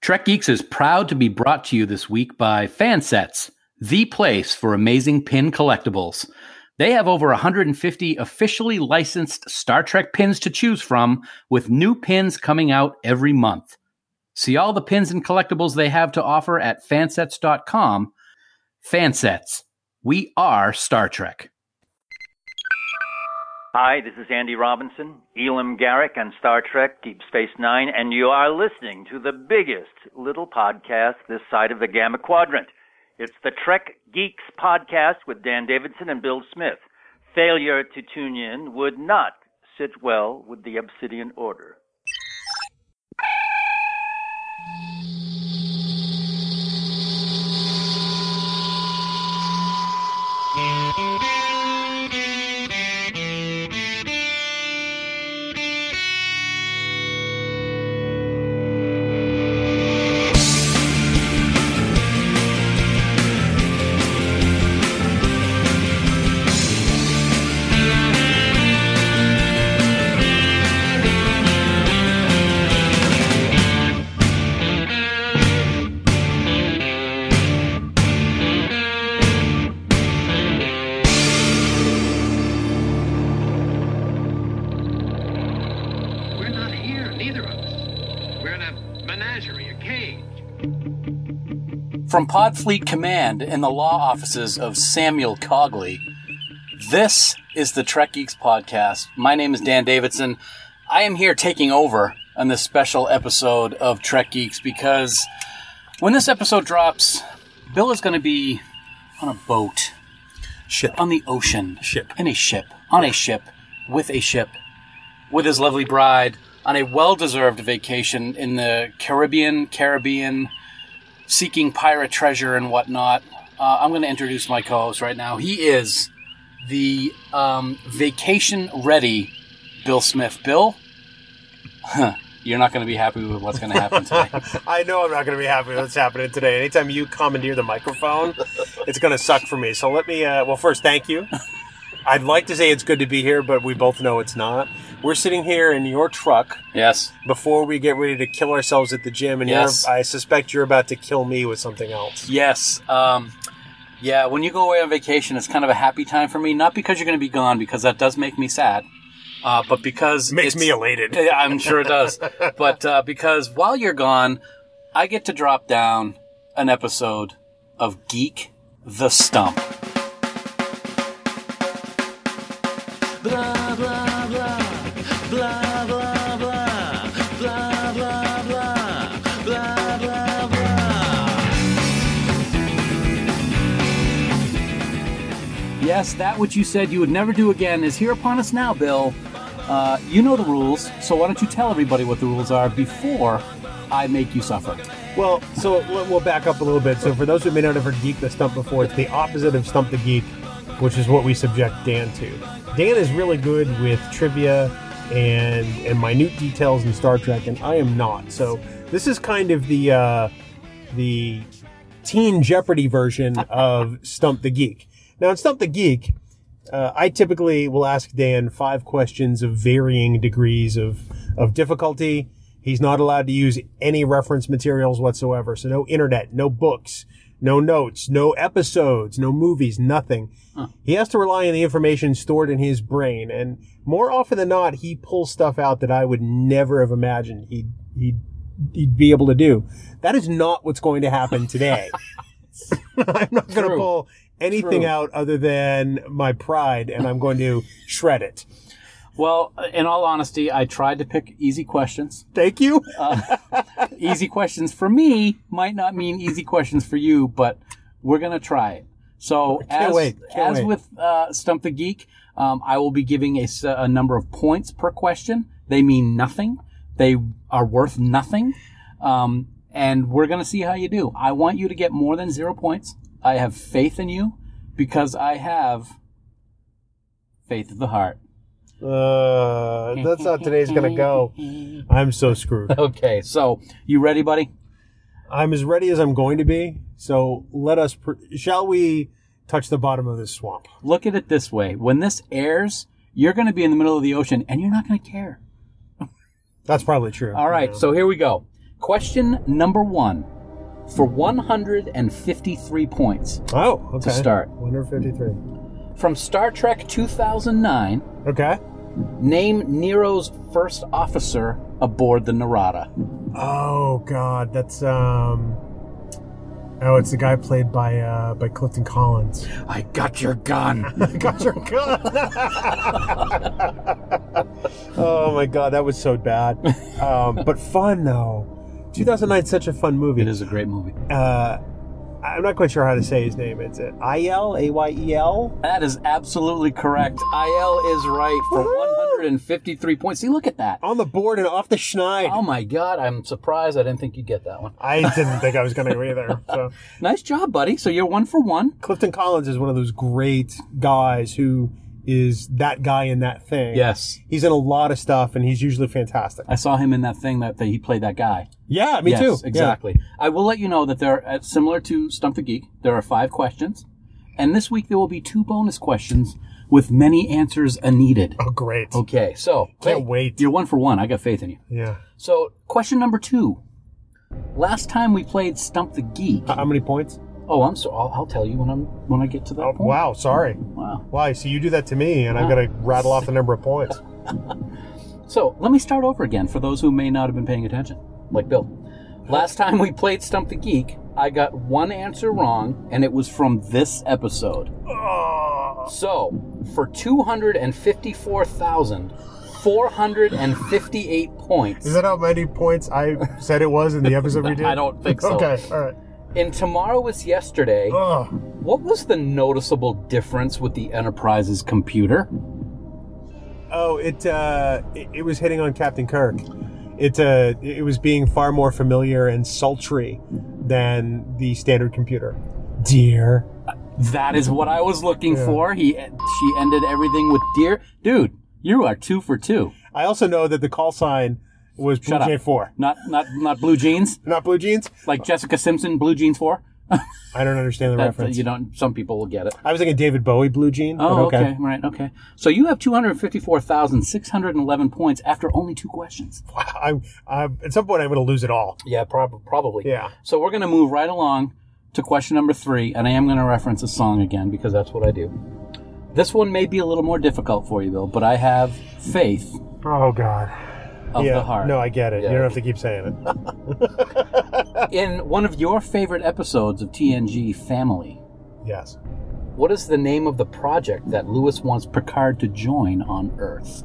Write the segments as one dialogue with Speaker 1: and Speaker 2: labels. Speaker 1: Trek Geeks is proud to be brought to you this week by Fansets, the place for amazing pin collectibles. They have over 150 officially licensed Star Trek pins to choose from, with new pins coming out every month. See all the pins and collectibles they have to offer at fansets.com. Fansets, we are Star Trek.
Speaker 2: Hi, this is Andy Robinson, Elam Garrick on Star Trek Deep Space Nine, and you are listening to the biggest little podcast this side of the Gamma Quadrant. It's the Trek Geeks podcast with Dan Davidson and Bill Smith. Failure to tune in would not sit well with the Obsidian Order.
Speaker 3: We're not here, neither of us. We're in a menagerie, a cage.
Speaker 1: From Podfleet Command in the law offices of Samuel Cogley, this is the Trek Geeks Podcast. My name is Dan Davidson. I am here taking over on this special episode of Trek Geeks because when this episode drops, Bill is going to be on a boat,
Speaker 4: Ship.
Speaker 1: on the ocean,
Speaker 4: Ship.
Speaker 1: in a ship, on a ship, with a ship, with his lovely bride, on a well deserved vacation in the Caribbean, Caribbean seeking pirate treasure and whatnot. Uh, I'm going to introduce my co host right now. He is the um, vacation ready Bill Smith. Bill, you're not going to be happy with what's going to happen today.
Speaker 4: I know I'm not going to be happy with what's happening today. Anytime you commandeer the microphone, it's going to suck for me. So let me, uh, well, first, thank you. I'd like to say it's good to be here, but we both know it's not. We're sitting here in your truck
Speaker 1: yes.
Speaker 4: before we get ready to kill ourselves at the gym, and
Speaker 1: Yes.
Speaker 4: you're, I suspect you're about to kill me with something else.
Speaker 1: Yes. Um, yeah, when you go away on vacation, it's kind of a happy time for me. Not because you're going to be gone, because that does make me sad, uh, but because
Speaker 4: Makes
Speaker 1: it's-
Speaker 4: me elated.
Speaker 1: Yeah, I'm sure it does. but uh, because while you're gone, I get to drop down an episode of Geek the Stump. Yes, that which you said you would never do again is here upon us now, Bill. Uh, you know the rules, so why don't you tell everybody what the rules are before I make you suffer?
Speaker 4: Well, so we'll we'll back up a little bit. So for those who may not have heard Geek the Stump before, it's the opposite of Stump the Geek, which is what we subject Dan to. Dan is really good with trivia and and minute details in Star Trek, and I am not. So this is kind of the uh, the Teen Jeopardy version of Stump the Geek. Now, in Stump the Geek, uh, I typically will ask Dan five questions of varying degrees of, of difficulty. He's not allowed to use any reference materials whatsoever. So, no internet, no books, no notes, no episodes, no movies, nothing. He has to rely on the information stored in his brain. And more often than not, he pulls stuff out that I would never have imagined he'd, he'd, he'd be able to do. That is not what's going to happen today. I'm not going to
Speaker 1: True.
Speaker 4: pull anything
Speaker 1: True.
Speaker 4: out other than my pride, and I'm going to shred it.
Speaker 1: Well, in all honesty, I tried to pick easy questions.
Speaker 4: Thank you.
Speaker 1: Uh, easy questions for me might not mean easy questions for you, but we're gonna try it. So
Speaker 4: Can't
Speaker 1: as
Speaker 4: wait, can't
Speaker 1: as
Speaker 4: wait.
Speaker 1: with uh, Stump the Geek, um, I will be giving a, s- a number of points per question. They mean nothing. They are worth nothing. Um, and we're gonna see how you do. I want you to get more than zero points. I have faith in you because I have faith of the heart.
Speaker 4: Uh, that's how today's going to go. I'm so screwed.
Speaker 1: Okay, so you ready, buddy?
Speaker 4: I'm as ready as I'm going to be. So let us. Pr- shall we touch the bottom of this swamp?
Speaker 1: look at it this way when this airs you're going to be in the middle of the ocean and you're not going to care
Speaker 4: That's probably true.
Speaker 1: all right so here we go Question number one for 153 points
Speaker 4: Oh, okay.
Speaker 1: to start.
Speaker 4: 153.
Speaker 1: From Star Trek 2009,
Speaker 4: Okay.
Speaker 1: name Nero's first officer aboard the Narada.
Speaker 4: Oh God, that's um. Oh, it's the guy played by uh by Clifton Collins.
Speaker 1: I got your gun.
Speaker 4: Got your gun. oh my God, that was so bad, um, but fun though. 2009 is such a fun movie.
Speaker 1: it is a great movie.
Speaker 4: Uh, I'm not quite sure how to say his name. It's it I L A Y E L.
Speaker 1: That is absolutely correct. IL is right for 153 points. See, look at that.
Speaker 4: On the board and off the schneid.
Speaker 1: Oh my God, I'm surprised I didn't think you'd get that one.
Speaker 4: I didn't think I was going to go either. So.
Speaker 1: Nice job, buddy. So you're one for one.
Speaker 4: Clifton Collins is one of those great guys who is that guy in that thing.
Speaker 1: Yes.
Speaker 4: He's in a lot of stuff and he's usually fantastic.
Speaker 1: I saw him in that thing that, that he played that guy.
Speaker 4: Yeah, me
Speaker 1: yes,
Speaker 4: too.
Speaker 1: Exactly. I will let you know that there, are, similar to Stump the Geek, there are five questions, and this week there will be two bonus questions with many answers are needed.
Speaker 4: Yeah. Oh, great.
Speaker 1: Okay, so
Speaker 4: Can't wait.
Speaker 1: You're one for one. I got faith in you.
Speaker 4: Yeah.
Speaker 1: So, question number two. Last time we played Stump the Geek.
Speaker 4: How how many points?
Speaker 1: Oh, I'm so. I'll, I'll tell you when I'm when I get to that
Speaker 4: Oh,
Speaker 1: point.
Speaker 4: wow, sorry.
Speaker 1: Wow.
Speaker 4: Why? So you do that to me and I've
Speaker 1: Wow.
Speaker 4: got to rattle off the number of points.
Speaker 1: So let me start over again for those who may not have been paying attention, like Bill. Last time we played Stump the Geek, I got one answer wrong, and it was from this episode. So for 254,458 points.
Speaker 4: Is that how many points I said it was in the episode we did?
Speaker 1: I don't think so.
Speaker 4: Okay, all right.
Speaker 1: In Tomorrow is Yesterday,
Speaker 4: Ugh.
Speaker 1: what was the noticeable difference with the Enterprise's computer?
Speaker 4: Oh, it, uh, it it was hitting on Captain Kirk. It uh, it was being far more familiar and sultry than the standard computer. Dear,
Speaker 1: That is what I was looking
Speaker 4: Yeah.
Speaker 1: for. He she ended everything with dear dude. You are two for two.
Speaker 4: I also know that the call sign was Blue
Speaker 1: Shut up.
Speaker 4: Jay Four,
Speaker 1: Not not not blue jeans
Speaker 4: not Blue Jeans.
Speaker 1: like Jessica Simpson. Blue jeans four.
Speaker 4: I don't understand the
Speaker 1: That, uh,
Speaker 4: reference.
Speaker 1: you know, some people will get it.
Speaker 4: I was thinking David Bowie Blue Jean. but
Speaker 1: Oh, okay. right, okay. So you have two hundred fifty-four thousand six hundred and eleven points after only two questions.
Speaker 4: Wow, I'm, I'm, at some point, I'm going to lose it all.
Speaker 1: Yeah, prob- probably.
Speaker 4: Yeah.
Speaker 1: So we're going to move right along to question number three, and I am going to reference a song again because that's what I do. This one may be a little more difficult for you, Bill, but I have faith
Speaker 4: Oh God.
Speaker 1: of
Speaker 4: yeah.
Speaker 1: the heart.
Speaker 4: No, I get it.
Speaker 1: Yeah.
Speaker 4: You don't have to keep saying it.
Speaker 1: In one of your favorite episodes of TNG Family,
Speaker 4: Yes.
Speaker 1: what is the name of the project that Lewis wants Picard to join on Earth?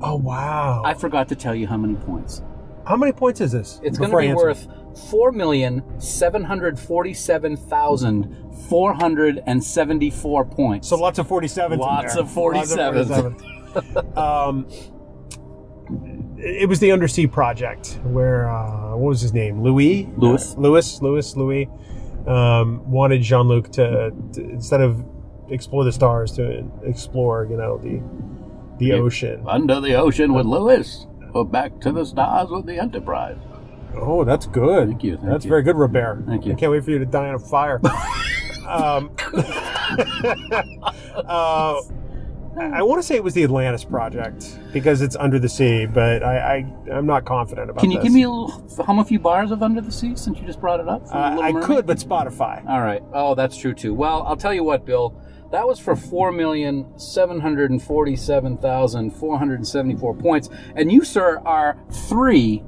Speaker 4: Oh wow.
Speaker 1: I forgot to tell you how many points.
Speaker 4: How many points is this?
Speaker 1: It's going to
Speaker 4: Before I
Speaker 1: be
Speaker 4: answer.
Speaker 1: worth four million seven hundred forty-seven thousand four hundred and seventy-four points.
Speaker 4: So lots of 47s.
Speaker 1: Lots
Speaker 4: in there.
Speaker 1: of 47s.
Speaker 4: Lots of 47s. um, it was the Undersea Project where, uh, what was his name? Louis?
Speaker 1: Louis.
Speaker 4: Uh, Louis, Louis, Louis um, wanted Jean Luc to, to, instead of explore the stars, to explore, you know, the the
Speaker 1: Yeah.
Speaker 4: ocean.
Speaker 1: Under the ocean with Lewis, or back to the stars with the Enterprise.
Speaker 4: Oh, that's good.
Speaker 1: Thank you, thank
Speaker 4: that's
Speaker 1: you.
Speaker 4: very good, Robert.
Speaker 1: Thank you.
Speaker 4: I can't wait for you to die on a fire. um, uh, I want to say it was the Atlantis project because it's under the sea, but I, I I'm not confident about.
Speaker 1: Can you
Speaker 4: this.
Speaker 1: give me a little, hum a few bars of Under the Sea since you just brought it up? from
Speaker 4: Uh,
Speaker 1: Little
Speaker 4: I
Speaker 1: Mermaid?
Speaker 4: could, but Spotify.
Speaker 1: All right. Oh, that's true too. Well, I'll tell you what, Bill. That was for four million seven hundred and forty-seven thousand four hundred and seventy-four points, and you, sir, are three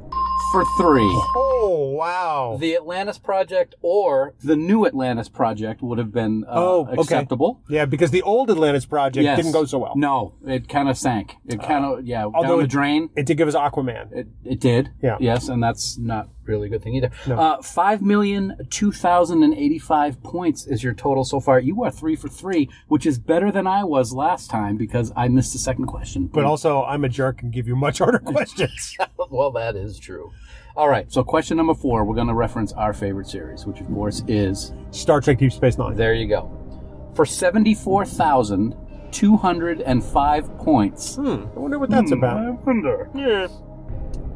Speaker 1: for three.
Speaker 4: Oh wow!
Speaker 1: The Atlantis Project or the New Atlantis Project would have been uh,
Speaker 4: Oh, okay.
Speaker 1: acceptable.
Speaker 4: yeah, because the old Atlantis project
Speaker 1: Yes.
Speaker 4: didn't go so well. Uh,
Speaker 1: No, it kind of sank. It kind of yeah
Speaker 4: although
Speaker 1: down the
Speaker 4: it-
Speaker 1: drain.
Speaker 4: It did give us Aquaman.
Speaker 1: It, it did.
Speaker 4: Yeah.
Speaker 1: Yes, and that's not really a good thing either. Uh, Five million two thousand and eighty-five points is your total so far. You are three for three, which is better than I was last time because I missed the second question.
Speaker 4: But also, I'm a jerk and give you much harder questions.
Speaker 1: well, that is true. All right. So question number four, we're going to reference our favorite series, which of course is
Speaker 4: Star Trek: Deep Space Nine.
Speaker 1: There you go. For 74,205 points.
Speaker 4: Hmm. I wonder what that's about.
Speaker 1: wonder.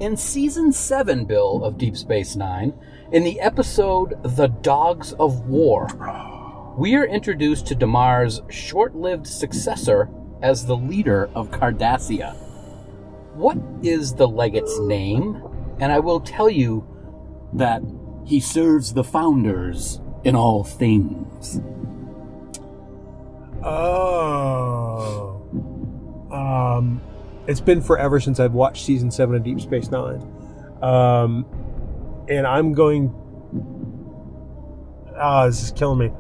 Speaker 1: In season 7, Bill, of Deep Space Nine, in the episode The Dogs of War, we are introduced to Damar's short lived successor as the leader of Cardassia. What is the legate's name? And I will tell you that he serves the founders in all things.
Speaker 4: Oh. Um, it's been forever since I've watched season seven of Deep Space Nine, um, and I'm going. Ah, this is killing me.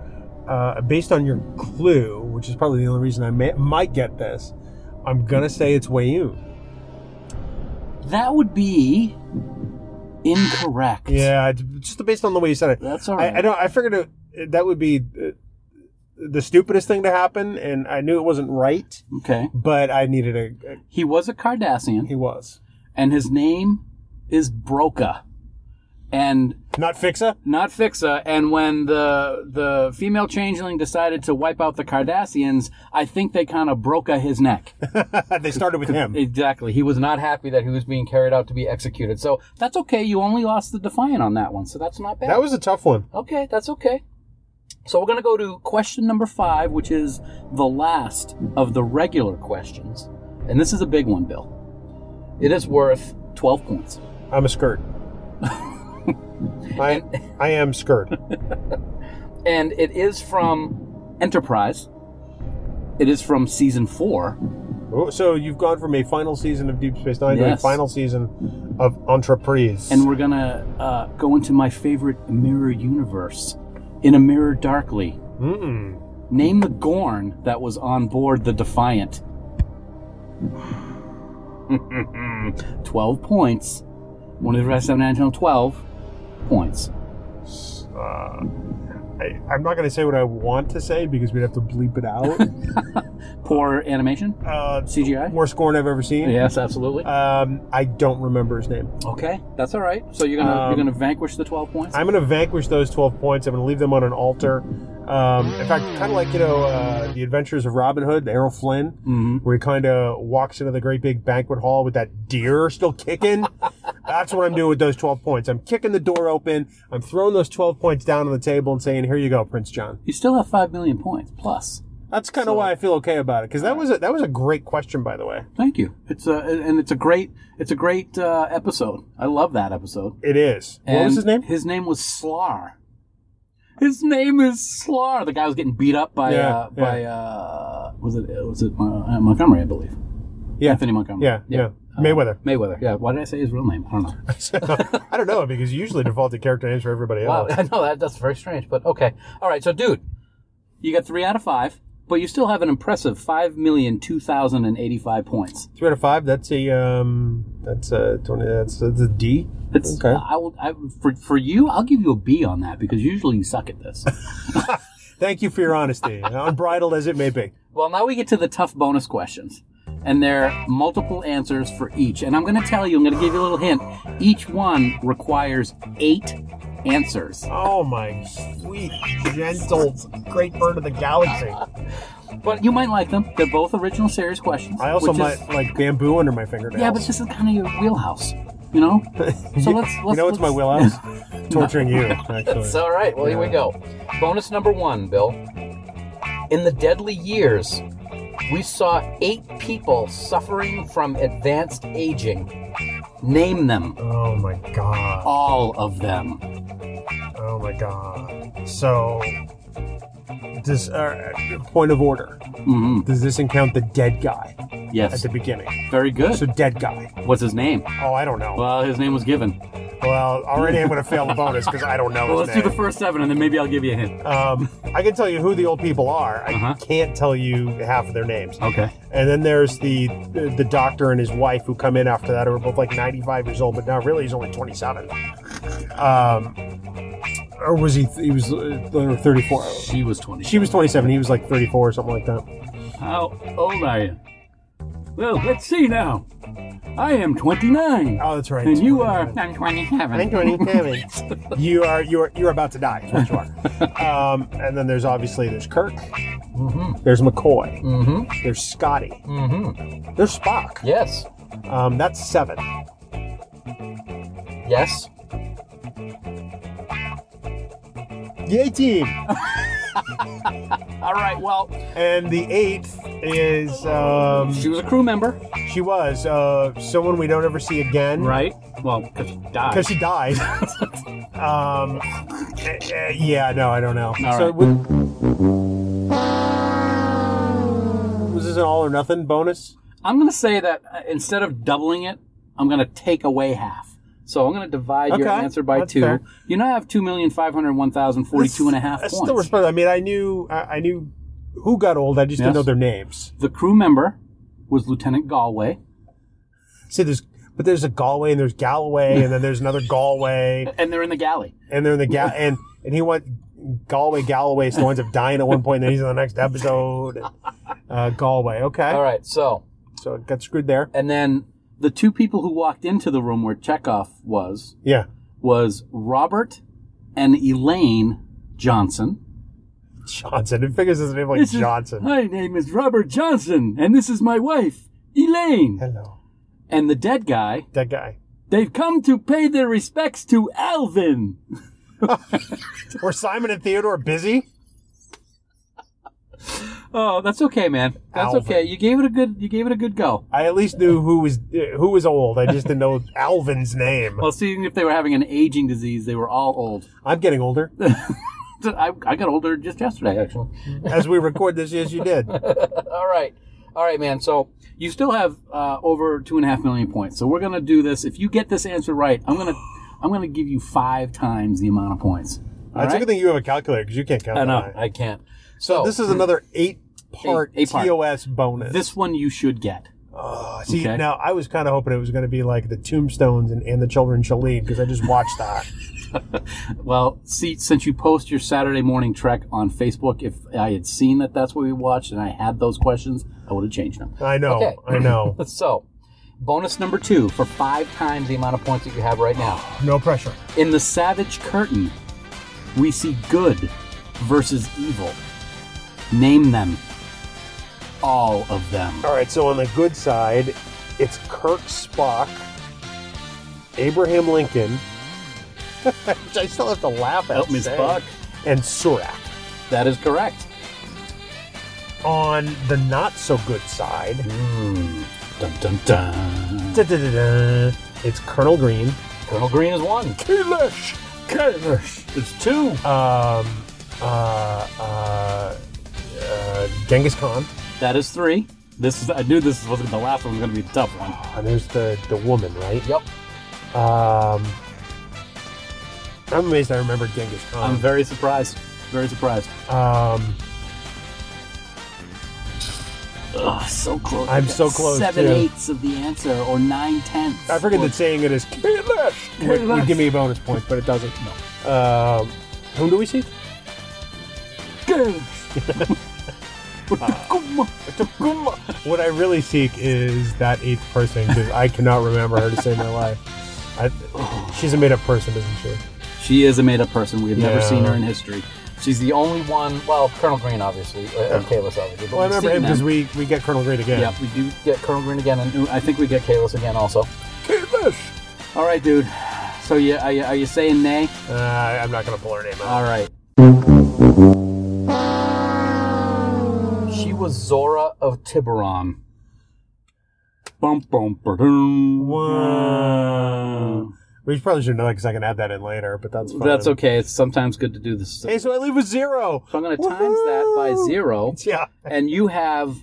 Speaker 4: Uh, based on your clue, which is probably the only reason I may, might get this, I'm gonna say it's Wayoon.
Speaker 1: That would be incorrect.
Speaker 4: Yeah, it's- just based on the way you said it.
Speaker 1: That's all right.
Speaker 4: I, I don't. I figured it, that would be uh, the stupidest thing to happen, and I knew it wasn't right,
Speaker 1: Okay.
Speaker 4: but I needed a. a
Speaker 1: He was a Cardassian.
Speaker 4: he was
Speaker 1: and his name is Broca. And
Speaker 4: not Fixa.
Speaker 1: not Fixa. And when the the female changeling decided to wipe out the Cardassians, I think they kind of broca his neck.
Speaker 4: they started with him.
Speaker 1: exactly. He was not happy that he was being carried out to be executed. So that's okay. You only lost the Defiant on that one, so that's not bad.
Speaker 4: That was a tough one.
Speaker 1: Okay, that's okay. So we're going to go to question number five, which is the last of the regular questions. And this is a big one, Bill. It is worth 12 points.
Speaker 4: I'm a skirt. I I am skirt.
Speaker 1: and it is from Enterprise. It is from season four.
Speaker 4: Oh, So you've gone from a final season of Deep Space Nine to a
Speaker 1: Yes.
Speaker 4: final season of Entreprise.
Speaker 1: And we're gonna uh, go into my favorite mirror universe. In a mirror darkly,
Speaker 4: Mm.
Speaker 1: name the Gorn that was on board the Defiant. Twelve points. One of the rest of nine total twelve points.
Speaker 4: I, I'm not going to say what I want to say because we'd have to bleep it out.
Speaker 1: Poor animation,
Speaker 4: uh,
Speaker 1: CGI.
Speaker 4: worst scorn I've ever seen.
Speaker 1: Yes, absolutely.
Speaker 4: Um, I don't remember his name.
Speaker 1: Okay, that's all right. So you're gonna
Speaker 4: Um,
Speaker 1: you're gonna vanquish the twelve points.
Speaker 4: I'm going to vanquish those 12 points. I'm going to leave them on an altar. Um, in fact, kind of like, you know, uh, The Adventures of Robin Hood, Errol Flynn,
Speaker 1: Mhm.
Speaker 4: where he kind of walks into the great big banquet hall with that deer still kicking. That's what I'm doing with those 12 points. I'm kicking the door open. I'm throwing those 12 points down on the table and saying, here you go, Prince John.
Speaker 1: You still have five million points plus.
Speaker 4: That's kind of why I feel okay about it. Cause that was a, that was a great question, by the way.
Speaker 1: Thank you. It's a and it's a great it's a great uh, episode. I love that episode.
Speaker 4: It is. what
Speaker 1: And
Speaker 4: was his name?
Speaker 1: His name was Slar. His name is Slar. The guy was getting beat up by
Speaker 4: Yeah,
Speaker 1: uh, by uh, was it was it uh, Montgomery, I believe.
Speaker 4: Yeah.
Speaker 1: Anthony Montgomery.
Speaker 4: Yeah. Yeah.
Speaker 1: Uh,
Speaker 4: Mayweather.
Speaker 1: Mayweather. Yeah. Why did I say his real name? I don't know.
Speaker 4: I don't know because you usually default to character names for everybody
Speaker 1: Wow.
Speaker 4: else.
Speaker 1: I know that that's very strange, but okay. All right. So, dude, you got three out of five, but you still have an impressive five million two thousand and eighty-five points.
Speaker 4: Three out of five. That's a um. That's a twenty. That's that's a D.
Speaker 1: It's,
Speaker 4: Okay.
Speaker 1: I will, I, for, for you, I'll give you a B on that because usually you suck at this.
Speaker 4: Thank you for your honesty, unbridled as it may be.
Speaker 1: well, now we get to the tough bonus questions. And there are multiple answers for each. And I'm going to tell you, I'm going to give you a little hint. Each one requires eight answers.
Speaker 4: Oh my sweet gentle great bird of the galaxy!
Speaker 1: But you might like them. They're both original series questions.
Speaker 4: I also
Speaker 1: which
Speaker 4: might
Speaker 1: is-
Speaker 4: like bamboo under my fingernails.
Speaker 1: yeah, but this is kind of your wheelhouse, you know? So let's, let's.
Speaker 4: you know what's my
Speaker 1: let's-
Speaker 4: wheelhouse? Torturing you, actually.
Speaker 1: It's all right. Well, here we go. Bonus number one, Bill. In the deadly years, we saw eight people suffering from advanced aging. Name them.
Speaker 4: oh my god!
Speaker 1: All of them.
Speaker 4: Oh my god! So, does uh, point of order?
Speaker 1: hmm
Speaker 4: Does this account the dead guy at
Speaker 1: Yes.
Speaker 4: the beginning?
Speaker 1: Very
Speaker 4: So
Speaker 1: good.
Speaker 4: dead guy.
Speaker 1: What's his name?
Speaker 4: Oh, I don't know.
Speaker 1: Well, his name was given.
Speaker 4: Well, already I'm going to fail the bonus because I don't know.
Speaker 1: Well,
Speaker 4: his
Speaker 1: let's do the
Speaker 4: name.
Speaker 1: first seven, and then maybe I'll give you a hint.
Speaker 4: Um, I can tell you who the old people are. I
Speaker 1: Uh-huh.
Speaker 4: can't tell you half of their names.
Speaker 1: Okay.
Speaker 4: And then there's the the doctor and his wife who come in after that who are both like 95 years old, but now really he's only 27. Um, or was he? He was uh, 34.
Speaker 1: She was 20.
Speaker 4: She was 27. He was like 34 or something like that.
Speaker 1: How old are you? Well, let's see now. I am 29.
Speaker 4: Oh, that's right.
Speaker 1: and you are. I'm
Speaker 4: I'm
Speaker 1: 27.
Speaker 4: 27. you are you are you're about to die. Is what you are. um, and then there's obviously there's Kirk.
Speaker 1: Mm-hmm.
Speaker 4: There's McCoy.
Speaker 1: Mm hmm.
Speaker 4: There's Scotty.
Speaker 1: Mm hmm.
Speaker 4: There's Spock.
Speaker 1: Yes.
Speaker 4: Um, that's seven.
Speaker 1: Yes.
Speaker 4: the 18th.
Speaker 1: All right. Well,
Speaker 4: And the 8th is, um,
Speaker 1: she was a crew member,
Speaker 4: she was uh, someone we don't ever see again.
Speaker 1: right? Well, because she died.
Speaker 4: Because she died. um, eh, eh, yeah, no, I don't know.
Speaker 1: All
Speaker 4: so
Speaker 1: right.
Speaker 4: would- was this an all or nothing bonus?
Speaker 1: I'm going to say that uh, instead of doubling it, I'm going to take away half. So I'm going to divide your
Speaker 4: Okay,
Speaker 1: answer by
Speaker 4: that's
Speaker 1: two.
Speaker 4: fair.
Speaker 1: You now have two million five hundred one thousand forty-two and a half
Speaker 4: That's
Speaker 1: points.
Speaker 4: still respect. I mean, I knew, I, I knew who got old. I just didn't
Speaker 1: Yes.
Speaker 4: know their names.
Speaker 1: the crew member was Lieutenant Galway,
Speaker 4: See, there's, but there's a Galway and there's Galloway and then there's another Galway.
Speaker 1: and they're in the galley.
Speaker 4: and they're in the ga- and and he went Galway Galloway so ends up dying at one point and then he's in the next episode uh, Galway okay
Speaker 1: All right. So
Speaker 4: so it got screwed there
Speaker 1: and then the two people who walked into the room where Chekhov was
Speaker 4: yeah
Speaker 1: was Robert and Elaine Johnson.
Speaker 4: Johnson it figures his name like
Speaker 1: This is-
Speaker 4: Johnson
Speaker 1: my name is Robert Johnson, and this is my wife, Elaine.
Speaker 4: hello
Speaker 1: And the dead guy,
Speaker 4: that guy
Speaker 1: they've come to pay their respects to Alvin.
Speaker 4: were Simon and Theodore busy
Speaker 1: Oh, that's okay, man. That's
Speaker 4: Alvin.
Speaker 1: okay. You gave it a good. You gave it a good go.
Speaker 4: I at least knew who was uh, who was old I just didn't know Alvin's name
Speaker 1: Well, seeing if they were having an aging disease, they were all old.
Speaker 4: I'm getting older
Speaker 1: I, I got older just yesterday, actually.
Speaker 4: as we record this yes you did
Speaker 1: All right, all right, man. So you still have uh, over two and a half million points. So we're gonna do this. If you get this answer right, I'm gonna I'm gonna give you five times the amount of points. All
Speaker 4: it's a
Speaker 1: right?
Speaker 4: good thing you have a calculator because you can't count
Speaker 1: I know
Speaker 4: that.
Speaker 1: I can't. So,
Speaker 4: this is another eight part
Speaker 1: Eight- eight part.
Speaker 4: TOS bonus
Speaker 1: this one you should get.
Speaker 4: Oh, see,
Speaker 1: Okay.
Speaker 4: now I was kind of hoping it was going to be like the tombstones and, and the children shall lead because I just watched that.
Speaker 1: Well, see, since you post your Saturday morning trek on Facebook, if I had seen that that's what we watched and I had those questions, I would have changed them.
Speaker 4: I know,
Speaker 1: Okay.
Speaker 4: I know.
Speaker 1: So, bonus number two for five times the amount of points that you have right now.
Speaker 4: No pressure.
Speaker 1: In the Savage Curtain, we see good versus evil. Name them. All of them.
Speaker 4: All right, so on the good side, it's Kirk Spock, Abraham Lincoln, which I still have to laugh at.
Speaker 1: Help me,
Speaker 4: saying,
Speaker 1: Spock.
Speaker 4: And Surak.
Speaker 1: That is correct.
Speaker 4: On the not so good side,
Speaker 1: Hmm. Dun dun dun.
Speaker 4: da-da-da-da, it's Colonel Green,
Speaker 1: Colonel Green is one.
Speaker 4: Kalish, Kalish,
Speaker 1: It's two.
Speaker 4: um, uh, uh, uh, Genghis Khan.
Speaker 1: That is three. This is I knew this was the last one was gonna be the tough one.
Speaker 4: And Ah, there's the the woman, right?
Speaker 1: Yep.
Speaker 4: Um, I'm amazed I remember Genghis
Speaker 1: I'm
Speaker 4: Khan.
Speaker 1: very surprised. Very surprised.
Speaker 4: um,
Speaker 1: Ugh, Ah, so close.
Speaker 4: I'm
Speaker 1: I got
Speaker 4: so close,
Speaker 1: Seven
Speaker 4: too.
Speaker 1: eighths of the answer, or nine tenths.
Speaker 4: I forget
Speaker 1: Or-
Speaker 4: that saying it is Kalish would, would give me a bonus point, but it doesn't. No. Um, whom do we see? what I really seek is that eighth person because I cannot remember her to save my life. I, she's a made up person, isn't she?
Speaker 1: She is a made-up person. We have never
Speaker 4: Yeah.
Speaker 1: seen her in history. She's the only one. Well, Colonel Green, obviously, uh, and Kalis, obviously. But
Speaker 4: Well, I
Speaker 1: we've
Speaker 4: remember
Speaker 1: seen
Speaker 4: him because
Speaker 1: them.
Speaker 4: we, we get Colonel Green again.
Speaker 1: Yep, we do get Colonel Green again, and I think we get Kalis again also.
Speaker 4: Kalish!
Speaker 1: All right, dude. So yeah, are you, are you saying nay?
Speaker 4: Uh, I'm not going to pull her name out.
Speaker 1: All right. She was Zora of Tiburon. Bum bum ba-dum.
Speaker 4: Wow. We probably should know that because I can add that in later, but that's fine.
Speaker 1: That's okay. It's sometimes good to do this. So
Speaker 4: Hey, so I leave with zero.
Speaker 1: I'm going to times that by
Speaker 4: Woohoo!
Speaker 1: zero,
Speaker 4: Yeah.
Speaker 1: and you have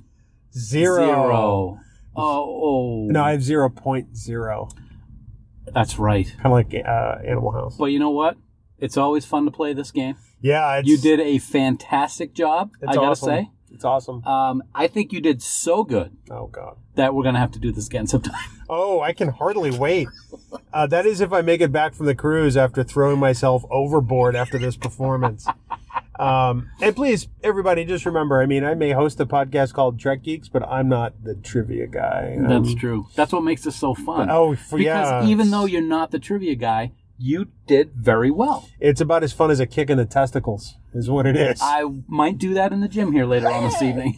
Speaker 4: Zero.
Speaker 1: zero. Oh, oh.
Speaker 4: No, I have zero point zero.
Speaker 1: that's right.
Speaker 4: Kind of like uh, Animal House.
Speaker 1: But you know what? It's always fun to play this game.
Speaker 4: yeah, it's,
Speaker 1: You did a fantastic job.
Speaker 4: It's
Speaker 1: I gotta
Speaker 4: awesome.
Speaker 1: say,
Speaker 4: it's awesome.
Speaker 1: um, I think you did so good
Speaker 4: Oh god.
Speaker 1: that we're gonna have to do this again sometime.
Speaker 4: Oh, I can hardly wait. Uh, that is if I make it back from the cruise after throwing myself overboard after this performance. Um, and please, everybody, just remember. I mean, I may host a podcast called Trek Geeks, but I'm not the trivia guy. Um,
Speaker 1: That's true. That's what makes this so fun.
Speaker 4: Oh, f-
Speaker 1: because
Speaker 4: yeah.
Speaker 1: even though you're not the trivia guy, you did very well.
Speaker 4: it's about as fun as a kick in the testicles, is what it is.
Speaker 1: I might do that in the gym here later on this evening.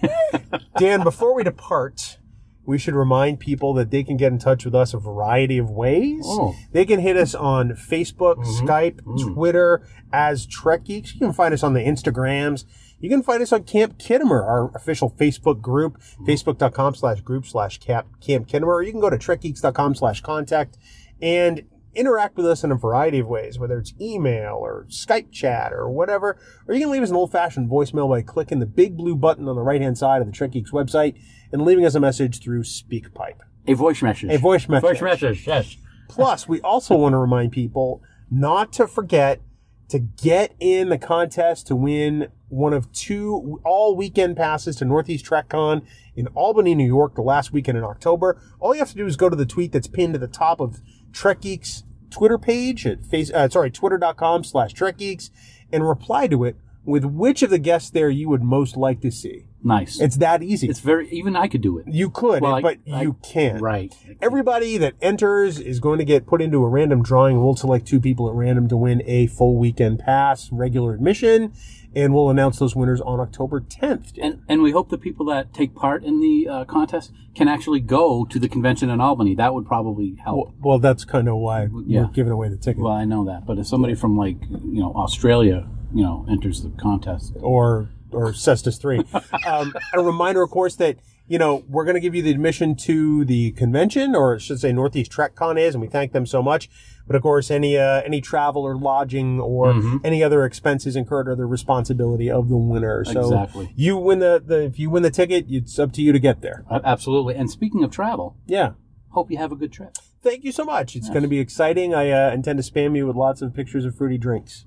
Speaker 4: Dan, before we depart, we should remind people that they can get in touch with us a variety of ways.
Speaker 5: Oh.
Speaker 4: They can hit us on Facebook, Skype, Twitter as Trek Geeks. You can find us on the Instagrams. You can find us on Camp Kittimer, our official Facebook group, facebook.com slash group slash cap Camp Kittimer. Or you can go to trekgeeks.com slash contact and interact with us in a variety of ways, whether it's email or Skype chat or whatever. Or you can leave us an old fashioned voicemail by clicking the big blue button on the right hand side of the Trek Geeks website and leaving us a message through SpeakPipe.
Speaker 1: A voice message.
Speaker 4: A voice message.
Speaker 1: Voice message, yes.
Speaker 4: Plus, we also want to remind people not to forget to get in the contest to win one of two all weekend passes to Northeast Track Con in Albany, New York, the last weekend in October. All you have to do is go to the tweet that's pinned to the top of Trek Geeks Twitter page at face, uh, sorry, twitter.com slash Trek Geeks and reply to it with which of the guests there you would most like to see.
Speaker 1: Nice. It's,
Speaker 4: It's that easy.
Speaker 1: very, even I could do it.
Speaker 4: you could,
Speaker 1: Well, I-
Speaker 4: but
Speaker 1: I-
Speaker 4: you can't.
Speaker 1: Right.
Speaker 4: Everybody that enters is going to get put into a random drawing. We'll select two people at random to win a full weekend pass, regular admission, and we'll announce those winners on October 10th.
Speaker 1: And, and we hope the people that take part in the uh, contest can actually go to the convention in Albany. That would probably help.
Speaker 4: well, well, that's kind of why
Speaker 1: Yeah.
Speaker 4: we're giving away the ticket.
Speaker 1: Well, I know that, but if somebody from like you know Australia, you know, enters the contest,
Speaker 4: or or Cestus three. um, a reminder, of course, that you know we're going to give you the admission to the convention, or I should say Northeast Trek Con is, and we thank them so much. But of course, any uh, any travel or lodging or
Speaker 1: Mm-hmm.
Speaker 4: any other expenses incurred are the responsibility of the winner. So
Speaker 1: Exactly.
Speaker 4: you win the, the if you win the ticket, it's up to you to get there.
Speaker 1: A- absolutely. And speaking of travel,
Speaker 4: Yeah.
Speaker 1: hope you have a good trip.
Speaker 4: Thank you so much. It's going to be exciting. I uh, intend to spam you with lots of pictures of fruity drinks.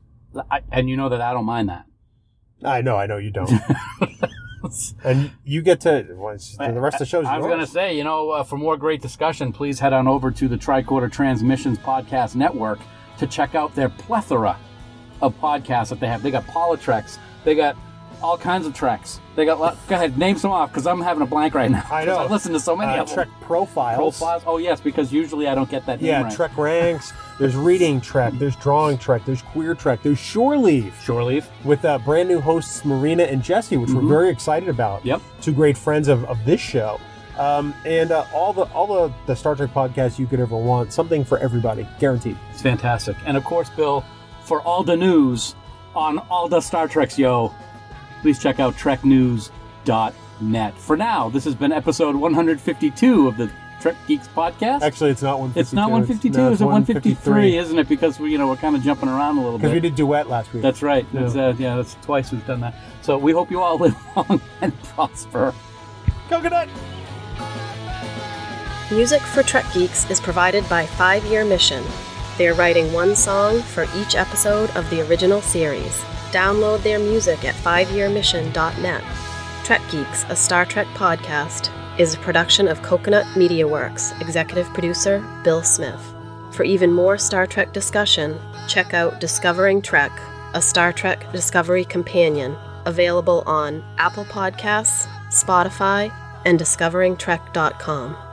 Speaker 1: I, and you know that I don't mind that.
Speaker 4: I know, I know you don't. and you get to well, it's- the rest of the show's
Speaker 1: I was
Speaker 4: yours.
Speaker 1: going to say, you know, uh, for more great discussion, please head on over to the Tricorder Transmissions Podcast Network to check out their plethora of podcasts that they have. They got Polytrex, they got all kinds of treks. They got. Lot, go ahead, name some off because I'm having a blank right now.
Speaker 4: I
Speaker 1: 'Cause
Speaker 4: know.
Speaker 1: I listen to so many
Speaker 4: uh,
Speaker 1: of them.
Speaker 4: Trek profiles.
Speaker 1: Profiles. Oh yes, because usually I don't get that. name
Speaker 4: Yeah,
Speaker 1: right.
Speaker 4: Trek ranks. There's reading Trek. There's drawing Trek. There's queer Trek. There's Shore Leave
Speaker 1: Shore leave.
Speaker 4: with uh, brand new hosts Marina and Jesse, which we're very excited about.
Speaker 1: Yep.
Speaker 4: Two great friends of, of this show. Um, and uh, all the all the, the Star Trek podcasts you could ever want. Something for everybody, guaranteed.
Speaker 1: It's fantastic. And of course, Bill, for all the news on all the Star Treks, yo, please check out treknews.net. For now, this has been episode 152 of the Trek Geeks podcast.
Speaker 4: Actually, it's not 152.
Speaker 1: it's not 152,
Speaker 4: no,
Speaker 1: it's, a 153, isn't it? Because we, you know, we're kind of jumping around a little
Speaker 4: Because we
Speaker 1: bit.
Speaker 4: did duet last week.
Speaker 1: That's right.
Speaker 4: Yeah.
Speaker 1: That's, uh, yeah, that's twice we've done that. So we hope you all live long and prosper.
Speaker 4: Coconut!
Speaker 6: Music for Trek Geeks is provided by Five Year Mission. They are writing one song for each episode of the original series. Download their music at fiveyearmission.net. Trek Geeks, a Star Trek podcast, is a production of Coconut Media Works, executive producer Bill Smith. For even more Star Trek discussion, check out Discovering Trek, a Star Trek Discovery Companion, available on Apple Podcasts, Spotify, and discoveringtrek.com.